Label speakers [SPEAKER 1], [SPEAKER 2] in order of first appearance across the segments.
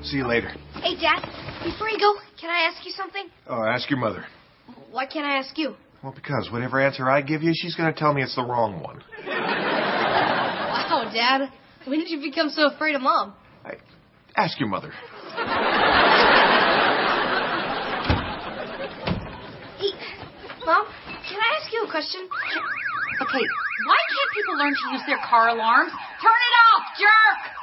[SPEAKER 1] See you later.
[SPEAKER 2] Hey, Dad, before you go, can I ask you something?
[SPEAKER 1] Oh, ask your mother.
[SPEAKER 2] Why can't I ask you?
[SPEAKER 1] Well, because whatever answer I give you, she's going to tell me it's the wrong one.
[SPEAKER 2] Wow, Dad. When did you become so afraid of Mom?
[SPEAKER 1] I, ask your mother.
[SPEAKER 2] Hey, Mom, can I ask you a question?
[SPEAKER 3] Okay, why can't people learn to use their car alarms? Turn it off, jerk!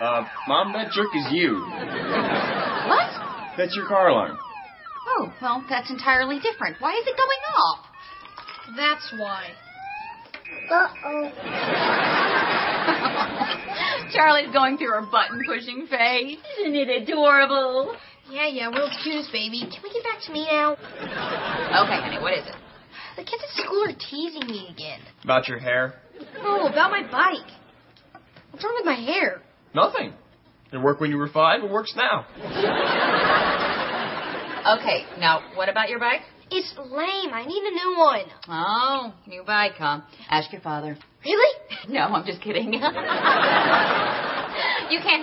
[SPEAKER 4] Uh, Mom, that jerk is you.
[SPEAKER 3] What?
[SPEAKER 4] That's your car alarm.
[SPEAKER 3] Oh, well, that's entirely different. Why is it going off?
[SPEAKER 2] That's why.
[SPEAKER 3] Charlie's going through her button pushing phase. Isn't it adorable?
[SPEAKER 2] Yeah, yeah, world's cutest baby. Can we get back to me now?
[SPEAKER 3] Okay, honey, what is it?
[SPEAKER 2] The kids at school are teasing me again.
[SPEAKER 4] About your hair?
[SPEAKER 2] Oh, about my bike. What's wrong with my hair?
[SPEAKER 4] Nothing. It worked when you were five, it works now.
[SPEAKER 3] Okay, now what about your bike?
[SPEAKER 2] It's lame. I need a new one.
[SPEAKER 3] Oh, new bike, huh? Ask your father.
[SPEAKER 2] Really?
[SPEAKER 3] No, I'm just kidding. you can't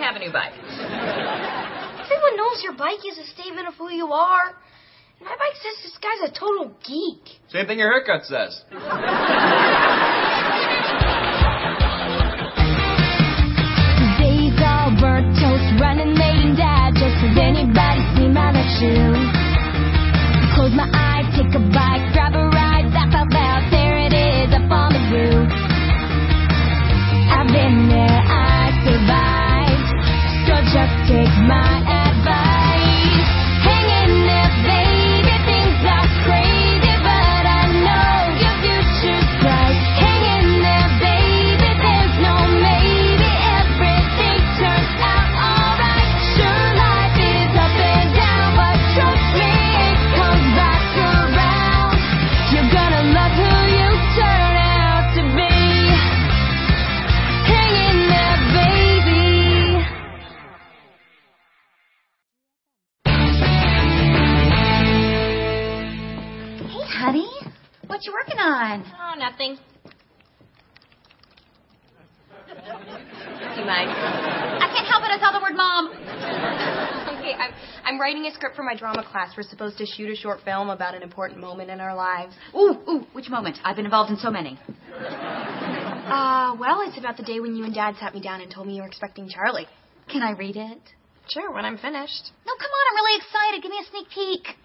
[SPEAKER 3] have a new bike.
[SPEAKER 2] Everyone knows your bike is a statement of who you are. My bike says this guy's a total geek.
[SPEAKER 4] Same thing your haircut says.
[SPEAKER 5] Days all burnt toast, running late and dad. Just has anybody seen my left shoe? Close my eyes, take a bite, grab a ride, laugh out loud. There it is, up on the roof. I've been there, I survived. So just take my advice. Hang in there, baby. Things are crazy, but I know your future's bright. Hang in there, baby. There's no maybe. Everything turns out alright. Sure, life is up and down, but trust me, it comes back around. You're gonna love who you turn out to be. Hang in there, baby.
[SPEAKER 3] Hey, honey, what you working on?
[SPEAKER 2] Oh, nothing.
[SPEAKER 3] You mind? I can't help it. I saw the word mom.
[SPEAKER 2] Okay, I'm, I'm writing a script for my drama class. We're supposed to shoot a short film about an important moment in our lives.
[SPEAKER 3] Ooh, ooh, which moment? I've been involved in so many.
[SPEAKER 2] Uh, well, it's about the day when you and Dad sat me down and told me you were expecting Charlie.
[SPEAKER 3] Can I read it?
[SPEAKER 2] Sure, when I'm finished.
[SPEAKER 3] No, come on. I'm really excited. Give me a sneak peek.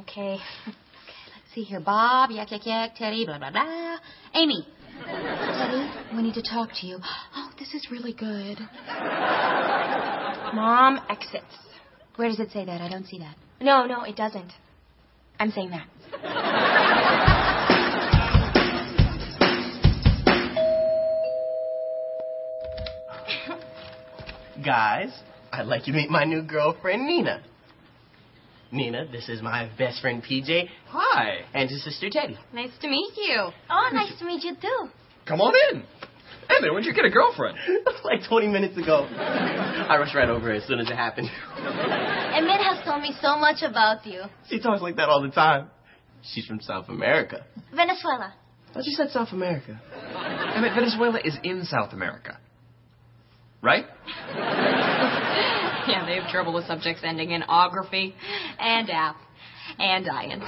[SPEAKER 2] Okay.
[SPEAKER 3] Let's see here. Bob, yak, yak, yak, Teddy, blah, blah, blah. Amy. Teddy, we need to talk to you. Oh, this is really good.
[SPEAKER 2] Mom exits.
[SPEAKER 3] Where does it say that? I don't see that.
[SPEAKER 2] No, no, it doesn't. I'm saying that.
[SPEAKER 6] Guys, I'd like you to meet my new girlfriend, Nina. Nina, this is my best friend, PJ,
[SPEAKER 4] Hi.
[SPEAKER 6] and his sister, Teddy.
[SPEAKER 2] Nice to meet you. Oh, nice to meet you too.
[SPEAKER 4] Come on in. Hey there, when'd you get a girlfriend?
[SPEAKER 6] like 20 minutes ago. I rushed right over her as soon as it happened.
[SPEAKER 2] Emmett has told me so much about you.
[SPEAKER 6] She talks like that all the time. She's from South America.
[SPEAKER 2] Venezuela.
[SPEAKER 6] I just said South America.
[SPEAKER 4] I mean, Venezuela is in South America. Right?
[SPEAKER 3] Yeah, they have trouble with subjects ending in ography and app and ions.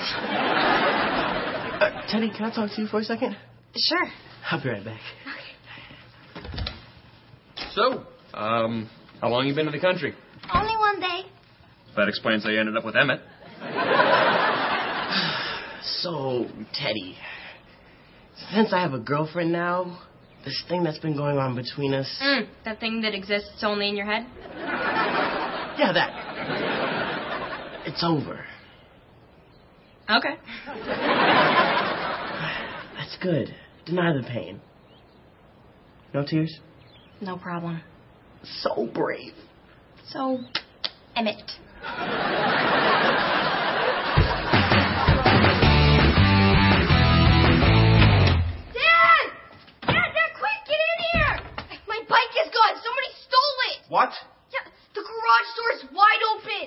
[SPEAKER 6] Uh, Teddy, can I talk to you for a second?
[SPEAKER 2] Sure.
[SPEAKER 6] I'll be right back.
[SPEAKER 4] So, um, how long you been in the country?
[SPEAKER 2] Only one day.
[SPEAKER 4] That explains how you ended up with Emmett.
[SPEAKER 6] So, Teddy, since I have a girlfriend now, this thing that's been going on between us.
[SPEAKER 3] Hmm,
[SPEAKER 2] Mm, that thing that exists only in your head?
[SPEAKER 6] Yeah, that. It's over.
[SPEAKER 2] Okay.
[SPEAKER 6] That's good. Deny the pain. No tears?
[SPEAKER 2] No problem.
[SPEAKER 6] So brave.
[SPEAKER 2] So, Emmett. Dad! Dad, Dad, quick, get in here! My bike is gone. Somebody stole it.
[SPEAKER 1] What?
[SPEAKER 2] Yeah, the garage door is wide open.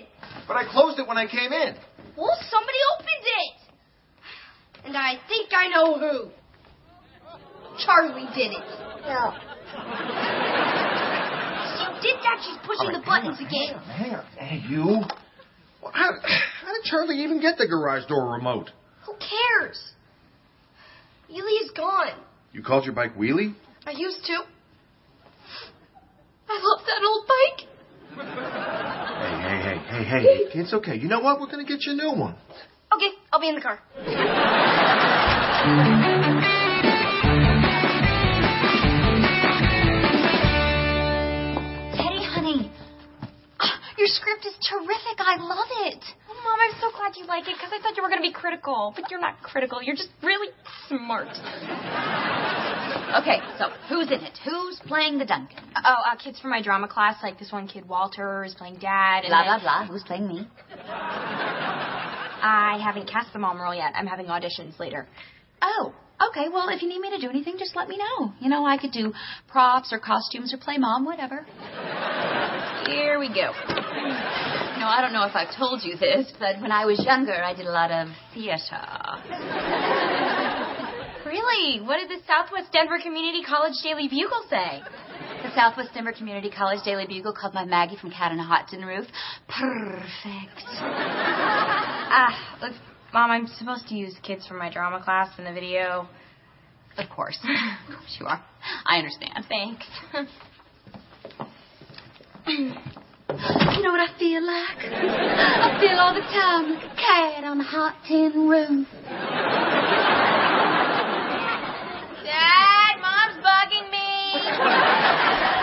[SPEAKER 1] But I closed it when I came in.
[SPEAKER 2] Well, somebody opened it. And I think I know who. Charlie did it. No. you did that, she's pushing the buttons again.
[SPEAKER 1] Hang on. Hey, you. Well, How, how did Charlie even get the garage door remote?
[SPEAKER 2] Who cares? Ely is gone.
[SPEAKER 1] You called your bike Wheelie?
[SPEAKER 2] I used to. I love that old bike.
[SPEAKER 1] Hey, hey, hey, hey, hey. It's okay. You know what? We're going to get you a new one.
[SPEAKER 2] Okay, I'll be in the car.
[SPEAKER 3] Teddy, honey, ah, your script is terrific. I love it.
[SPEAKER 7] Oh, Mom, I'm so glad you like it because I thought you were going to be critical, but you're not critical. You're just really smart.
[SPEAKER 3] Okay, so who's in it? Who's playing the Duncan?
[SPEAKER 7] Oh, uh, kids from my drama class, like this one kid Walter is playing dad, and
[SPEAKER 3] Blah, blah,
[SPEAKER 7] then-
[SPEAKER 3] blah. Who's playing me?
[SPEAKER 7] I haven't cast the mom role yet. I'm having auditions later.
[SPEAKER 3] Oh, okay. Well, if you need me to do anything, just let me know. You know, I could do props or costumes or play mom, whatever.
[SPEAKER 7] Here we go.
[SPEAKER 3] No, I don't know if I've told you this, but when I was younger, I did a lot of theater.
[SPEAKER 7] Really? What did the Southwest Denver Community College Daily Bugle say?
[SPEAKER 3] The Southwest Denver Community College Daily Bugle called my Maggie from Cat on a Hot Tin Roof perfect.
[SPEAKER 7] Ah, look, Mom, I'm supposed to use kids from my drama class in the video.
[SPEAKER 3] Of course. Of course you are. I understand.
[SPEAKER 7] Thanks.
[SPEAKER 3] You know what I feel like? I feel all the time like a cat on a hot tin roof.
[SPEAKER 7] Dad, Mom's bugging me.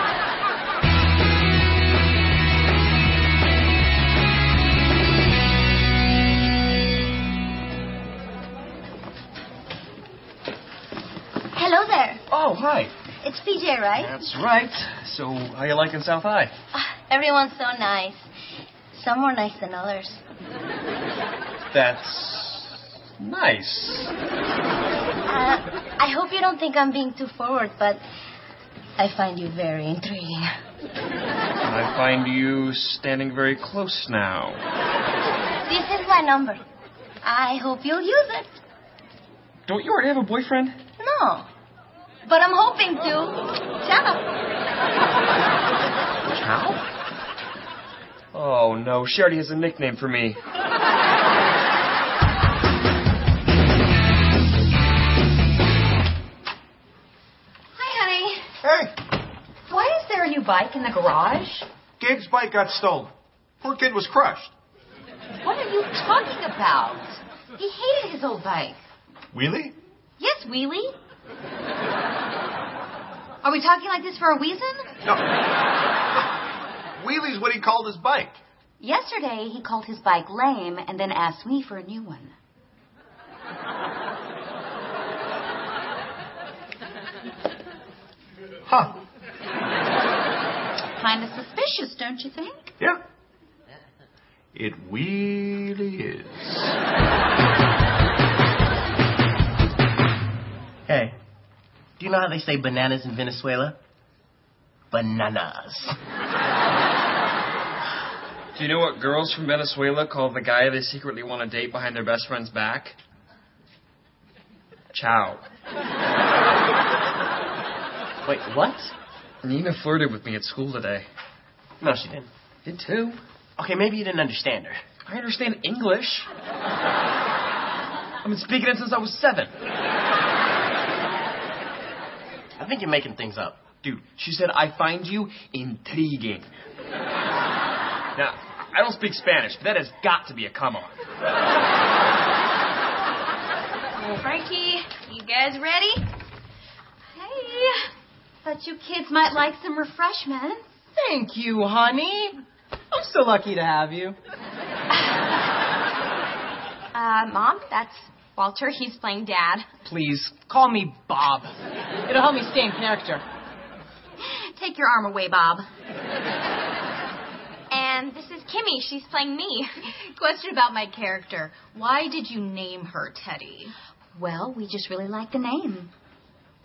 [SPEAKER 2] Hello there.
[SPEAKER 4] Oh, hi.
[SPEAKER 2] It's PJ, right?
[SPEAKER 4] That's right. So, how you liking South High?
[SPEAKER 2] Ah, everyone's so nice. Some more nice than others.
[SPEAKER 4] That's nice.
[SPEAKER 2] Uh, I hope you don't think I'm being too forward, but I find you very intriguing.
[SPEAKER 4] I find you standing very close now.
[SPEAKER 2] This is my number. I hope you'll use it.
[SPEAKER 4] Don't you already have a boyfriend?
[SPEAKER 2] No. But I'm hoping to. Ciao.
[SPEAKER 4] Cow? Oh no, she already has a nickname for me.
[SPEAKER 3] Hi, honey.
[SPEAKER 1] Hey,
[SPEAKER 3] Why is there a new bike in the garage?
[SPEAKER 1] Gabe's bike got stolen. Poor kid was crushed.
[SPEAKER 3] What are you talking about? He hated his old bike.
[SPEAKER 1] Wheelie?
[SPEAKER 3] Yes, Wheelie. Are we talking like this for a reason?
[SPEAKER 1] No. Wheelie's what he called his bike.
[SPEAKER 3] Yesterday, he called his bike lame and then asked me for a new one.
[SPEAKER 1] Huh.
[SPEAKER 3] Kind of suspicious, don't you think?
[SPEAKER 1] Yeah. It really is.
[SPEAKER 6] Hey, do you know how they say bananas in Venezuela? Bananas.
[SPEAKER 4] Do you know what girls from Venezuela call the guy they secretly want to date behind their best friend's back? Chow.
[SPEAKER 6] Wait, what?
[SPEAKER 4] Nina flirted with me at school today.
[SPEAKER 6] No, she didn't.
[SPEAKER 4] Did too.
[SPEAKER 6] Okay, maybe you didn't understand her.
[SPEAKER 4] I understand English. I've been speaking it since I was seven.
[SPEAKER 6] I think you're making things up.
[SPEAKER 4] Dude, she said, I find you intriguing. Now, I don't speak Spanish, but that has got to be a come on.
[SPEAKER 7] Frankie, you guys ready?
[SPEAKER 3] Hey, thought you kids might like some refreshments.
[SPEAKER 6] Thank you, honey. I'm so lucky to have you.
[SPEAKER 7] Uh, Mom, that's Walter. He's playing dad.
[SPEAKER 6] Please, call me Bob. It'll help me stay in character.
[SPEAKER 3] Take your arm away, Bob.
[SPEAKER 7] And this is Kimmy. She's playing me.
[SPEAKER 3] Question about my character. Why did you name her Teddy? Well, we just really like the name.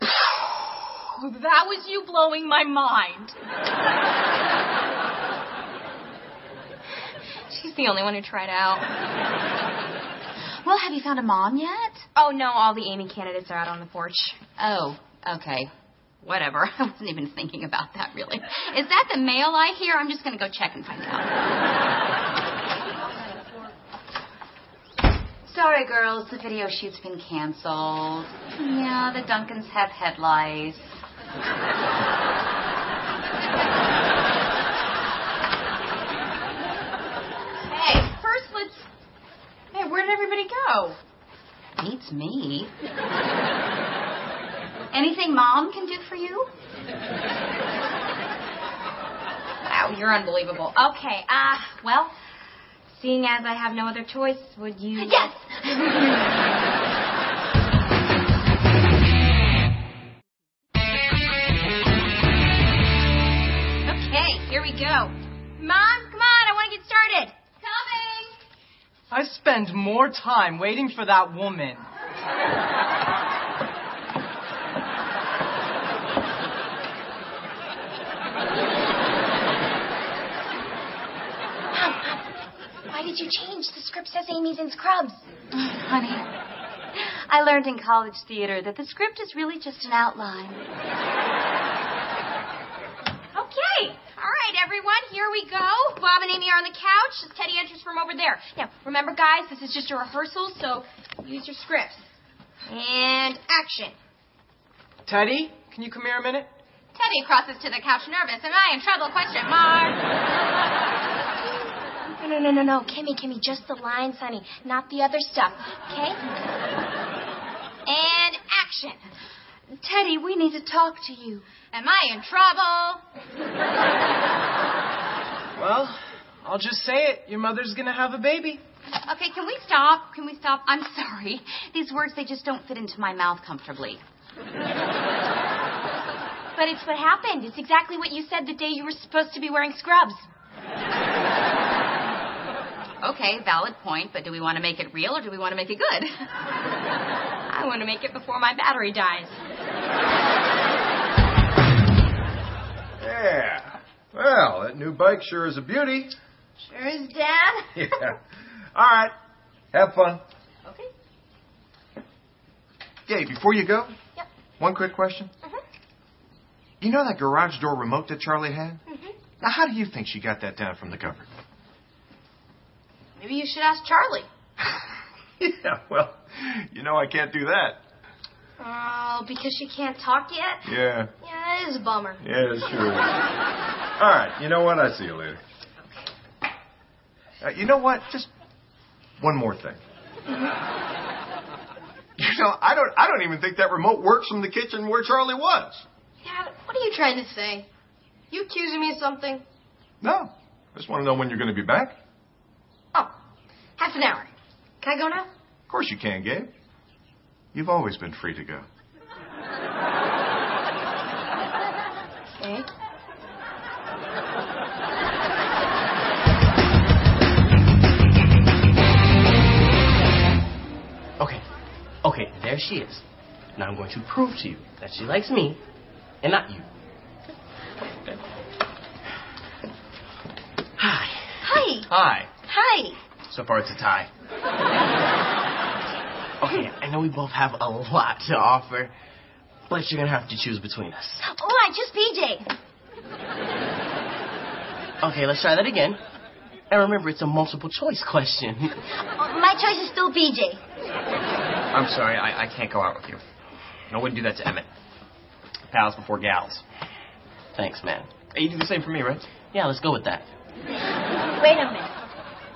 [SPEAKER 7] that was you blowing my mind. She's the only one who tried out.
[SPEAKER 3] Well, have you found a mom yet?
[SPEAKER 7] Oh no, all the Amy candidates are out on the porch.
[SPEAKER 3] Oh, okay. Whatever. I wasn't even thinking about that, really. Is that the mail I hear? I'm just going to go check and find out. Sorry, girls. The video shoot's been canceled. Yeah, the Duncans have head lice.
[SPEAKER 2] Hey, first let's. Hey, where did everybody go?
[SPEAKER 3] Beats me. Anything mom can do for you?
[SPEAKER 2] Wow, you're unbelievable. Okay, uh, well, seeing as I have no other choice, would you?
[SPEAKER 3] Yes.
[SPEAKER 2] Okay, here we go. Mom, come on, I want to get started. Coming.
[SPEAKER 8] I spend more time waiting for that woman.
[SPEAKER 9] Why did you change? The script says Amy's in scrubs.
[SPEAKER 3] Honey, I learned in college theater that the script is really just an outline.
[SPEAKER 2] Okay. All right, everyone, here we go. Bob and Amy are on the couch. It's Teddy enters from over there. Now, remember, guys, this is just a rehearsal, so use your scripts. And action.
[SPEAKER 8] Teddy, can you come here a minute?
[SPEAKER 2] Teddy crosses to the couch nervous, and I in trouble, question mark.
[SPEAKER 9] No, no, no, no, no. Kimmy, Kimmy, just the lines, honey. Not the other stuff, okay?
[SPEAKER 2] And action.
[SPEAKER 3] Teddy, we need to talk to you.
[SPEAKER 2] Am I in trouble?
[SPEAKER 8] Well, I'll just say it. Your mother's gonna have a baby.
[SPEAKER 3] Okay, can we stop? Can we stop? I'm sorry. These words, they just don't fit into my mouth comfortably.
[SPEAKER 9] But it's what happened. It's exactly what you said the day you were supposed to be wearing scrubs.
[SPEAKER 3] Okay, valid point, but do we want to make it real or do we want to make it good?
[SPEAKER 2] I want to make it before my battery dies.
[SPEAKER 1] Yeah. Well, that new bike sure is a beauty.
[SPEAKER 2] Sure is, Dad.
[SPEAKER 1] Yeah. All right. Have fun.
[SPEAKER 2] Okay.
[SPEAKER 1] Dave, before you go,
[SPEAKER 2] Yep.
[SPEAKER 1] one quick question.
[SPEAKER 2] Mhm.
[SPEAKER 1] You know that garage door remote that Charlie had? Now, how do you think she got that down from the cupboard?
[SPEAKER 2] Maybe you should ask Charlie.
[SPEAKER 1] yeah, well, you know I can't do that.
[SPEAKER 2] Oh, because she can't talk yet?
[SPEAKER 1] Yeah,
[SPEAKER 2] Yeah, it is a bummer.
[SPEAKER 1] yeah, sure. All right, you know what? I see you later. Uh, you know what? Just one more thing. You know, I don't. I don't even think that remote works from the kitchen where Charlie was.
[SPEAKER 2] Dad, what are you trying to say? You accusing me of something?
[SPEAKER 1] No, I just want to know when you're going to be back.
[SPEAKER 2] Oh, half an hour. Can I go now?
[SPEAKER 1] Of course you can, Gabe. You've always been free to go.
[SPEAKER 2] Okay.
[SPEAKER 6] Okay. Okay, there she is. Now I'm going to prove to you that she likes me and not you. Hi.
[SPEAKER 2] Hi.
[SPEAKER 6] Hi.
[SPEAKER 2] Hi.
[SPEAKER 6] So far, it's a tie. okay, I know we both have a lot to offer, but you're gonna have to choose between us.
[SPEAKER 2] Oh, I just PJ.
[SPEAKER 6] Okay, let's try that again. And remember, it's a multiple choice question.
[SPEAKER 2] Oh, My choice is still PJ.
[SPEAKER 4] I'm sorry, I, I can't go out with you. And I wouldn't do that to Emmett. Pals before gals.
[SPEAKER 6] Thanks, man.
[SPEAKER 4] Hey, you do the same for me, right?
[SPEAKER 6] Yeah, let's go with that.
[SPEAKER 9] Wait a minute.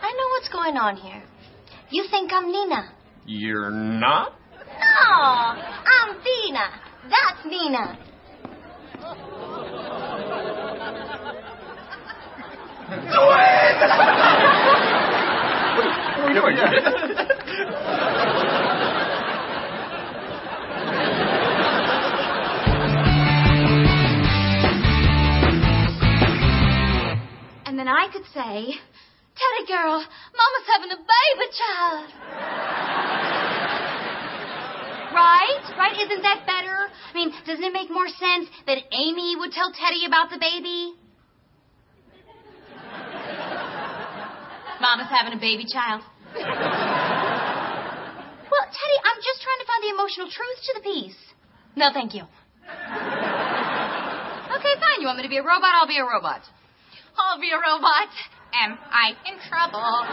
[SPEAKER 9] I know what's going on here. You think I'm Nina.
[SPEAKER 4] You're not?
[SPEAKER 9] No,
[SPEAKER 3] Oh,
[SPEAKER 9] I'm Dina. That's Nina.
[SPEAKER 3] And then I could say, Teddy girl, Mama's having a baby child. right? Right? Isn't that better? I mean, doesn't it make more sense that Amy would tell Teddy about the baby? Mama's having a baby child. well, Teddy, I'm just trying to find the emotional truth to the piece. No, thank you. You want me to be a robot? I'll be a robot. I'll be a robot. Am I in trouble?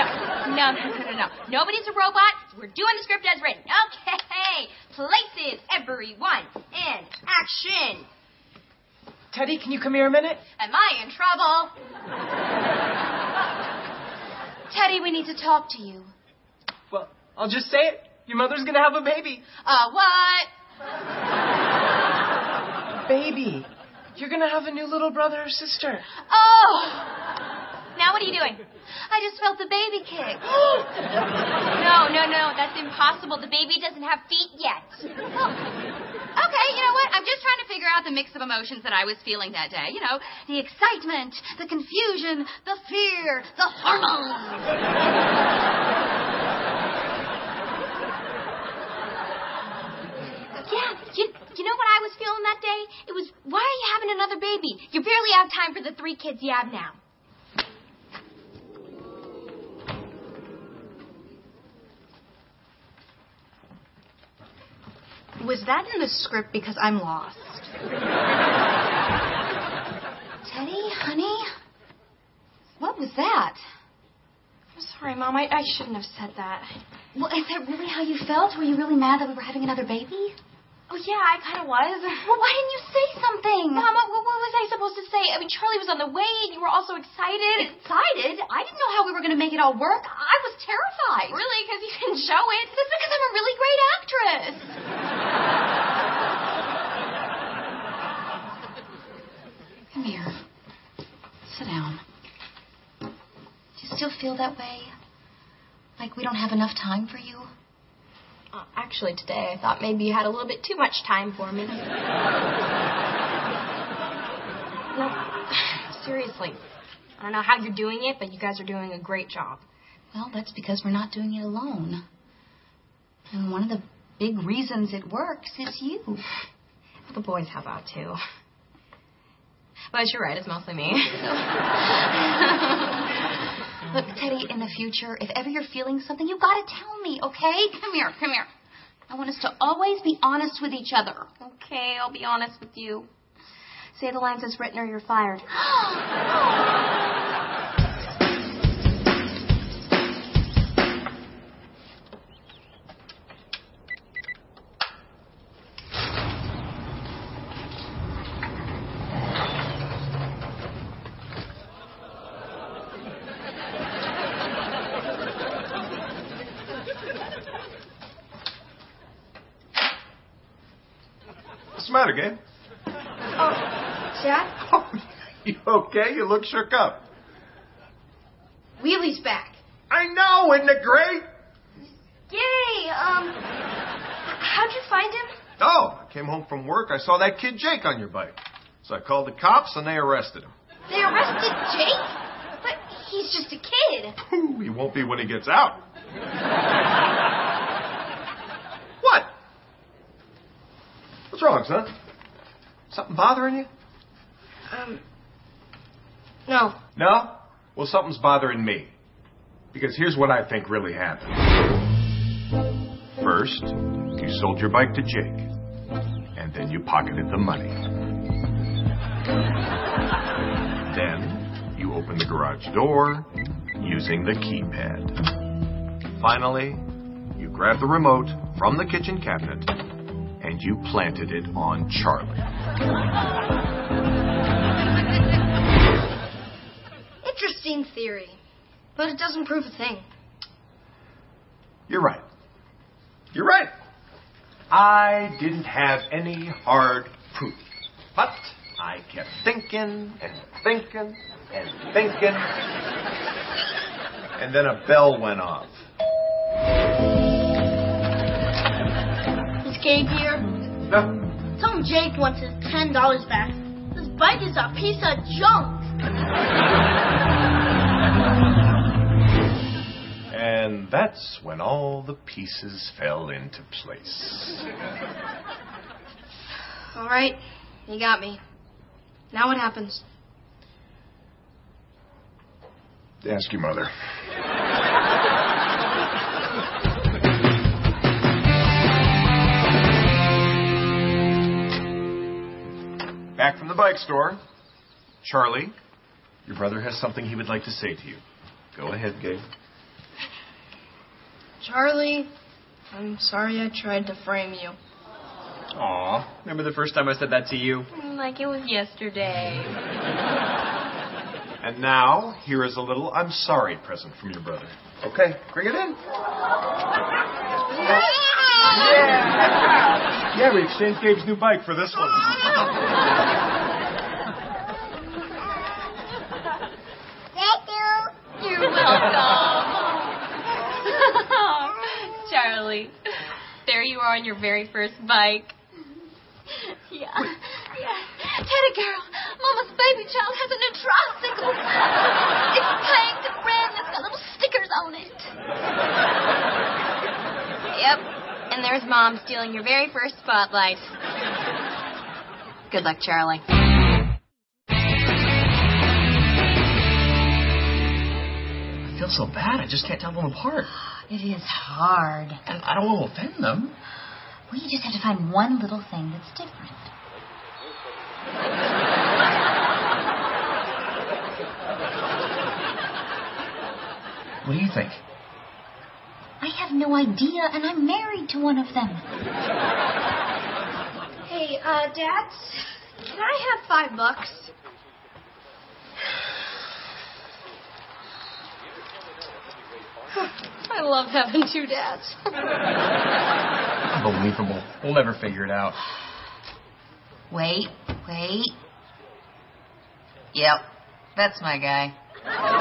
[SPEAKER 3] no, no, no, no, no, no. Nobody's a robot. We're doing the script as written. Okay. Places, everyone, in action.
[SPEAKER 5] Teddy, can you come here a minute?
[SPEAKER 3] Am I in trouble?
[SPEAKER 2] Teddy, we need to talk to you.
[SPEAKER 5] Well, I'll just say it. Your mother's gonna have a baby.
[SPEAKER 3] Uh, what?
[SPEAKER 5] Baby. You're gonna have a new little brother or sister.
[SPEAKER 3] Oh! Now what are you doing? I just felt the baby kick. no, no, no. That's impossible. The baby doesn't have feet yet. Oh. Okay, you know what? I'm just trying to figure out the mix of emotions that I was feeling that day. You know, the excitement, the confusion, the fear, the hormones. Yeah, you, you know what I was feeling that day? It was, why are you having another baby? You barely have time for the three kids you have now.
[SPEAKER 10] Was that in the script? Because I'm lost.
[SPEAKER 2] Teddy, honey? What was that?
[SPEAKER 10] I'm sorry, Mom. I, I shouldn't have said that.
[SPEAKER 2] Well, is that really how you felt? Were you really mad that we were having another baby?
[SPEAKER 10] Oh, yeah, I kind of was.
[SPEAKER 2] Well, why didn't you say something?
[SPEAKER 10] Mama, what, what was I supposed to say? I mean, Charlie was on the way, and you were all so excited.
[SPEAKER 2] Excited? I didn't know how we were going to make it all work. I was terrified.
[SPEAKER 10] Really? Because you can show it? That's because I'm a really great actress.
[SPEAKER 2] Come here. Sit down. Do you still feel that way? Like we don't have enough time for you?
[SPEAKER 10] Uh, actually, today I thought maybe you had a little bit too much time for me. no, seriously. I don't know how you're doing it, but you guys are doing a great job.
[SPEAKER 2] Well, that's because we're not doing it alone. And one of the big reasons it works is you.
[SPEAKER 10] The boys have that too. But you're right, it's mostly me.
[SPEAKER 2] Look, Teddy, in the future, if ever you're feeling something, you gotta tell me, okay? Come here, come here. I want us to always be honest with each other.
[SPEAKER 10] okay, I'll be honest with you. Say the lines as written or you're fired.
[SPEAKER 1] What's the matter, Gabe?
[SPEAKER 11] Jack,
[SPEAKER 1] Oh, you okay? You look shook up.
[SPEAKER 11] Wheelie's back.
[SPEAKER 1] I know, isn't it great?
[SPEAKER 11] Yay! Um, h- how'd you find him?
[SPEAKER 1] Oh, I came home from work. I saw that kid Jake on your bike. So I called the cops and they arrested him.
[SPEAKER 11] They arrested Jake? But he's just a kid.
[SPEAKER 1] Whew, he won't be when he gets out. what? What's wrong, son? Something bothering you?
[SPEAKER 10] Um, no.
[SPEAKER 1] No? Well, something's bothering me. Because here's what I think really happened. First, you sold your bike to Jake, and then you pocketed the money. Then, you opened the garage door using the keypad. Finally, you grabbed the remote from the kitchen cabinet and you planted it on Charlie.
[SPEAKER 11] Interesting theory, but it doesn't prove a thing.
[SPEAKER 1] You're right. You're right. I didn't have any hard proof. But I kept thinking and thinking and thinking. And then a bell went off.
[SPEAKER 11] Is Gabe here?
[SPEAKER 1] No,
[SPEAKER 11] Tell him Jake wants his ten dollars back. This bike is a piece of junk.
[SPEAKER 1] And that's when all the pieces fell into place.
[SPEAKER 10] All right, you got me. Now what happens?
[SPEAKER 1] Ask your mother. back from the bike store. Charlie, your brother has something he would like to say to you. Go ahead, Gabe.
[SPEAKER 2] Charlie, I'm sorry I tried to frame you.
[SPEAKER 4] Aw, remember the first time I said that to you?
[SPEAKER 2] Like it was yesterday.
[SPEAKER 1] And now, here is a little I'm sorry present from your brother. Okay, bring it in. Yeah, we exchanged Gabe's new bike for this one.
[SPEAKER 2] You're welcome. Charlie, there you are on your very first bike.
[SPEAKER 3] Yeah. Yeah. Teddy girl, Mama's baby child has a new tricycle. It's pink and red and it's got little stickers on it.
[SPEAKER 12] Yep. And there's mom stealing your very first spotlight. Good luck, Charlie.
[SPEAKER 4] I feel so bad, I just can't tell them apart.
[SPEAKER 13] It is hard.
[SPEAKER 4] And I don't want to offend them.
[SPEAKER 13] Well, you just have to find one little thing that's different.
[SPEAKER 4] What do you think?
[SPEAKER 13] I have no idea, and I'm married to one of them.
[SPEAKER 2] Hey, uh, Dad, can I have five bucks? I love having two dads.
[SPEAKER 4] Unbelievable. We'll never figure it out.
[SPEAKER 13] Wait, wait. Yep, that's my guy.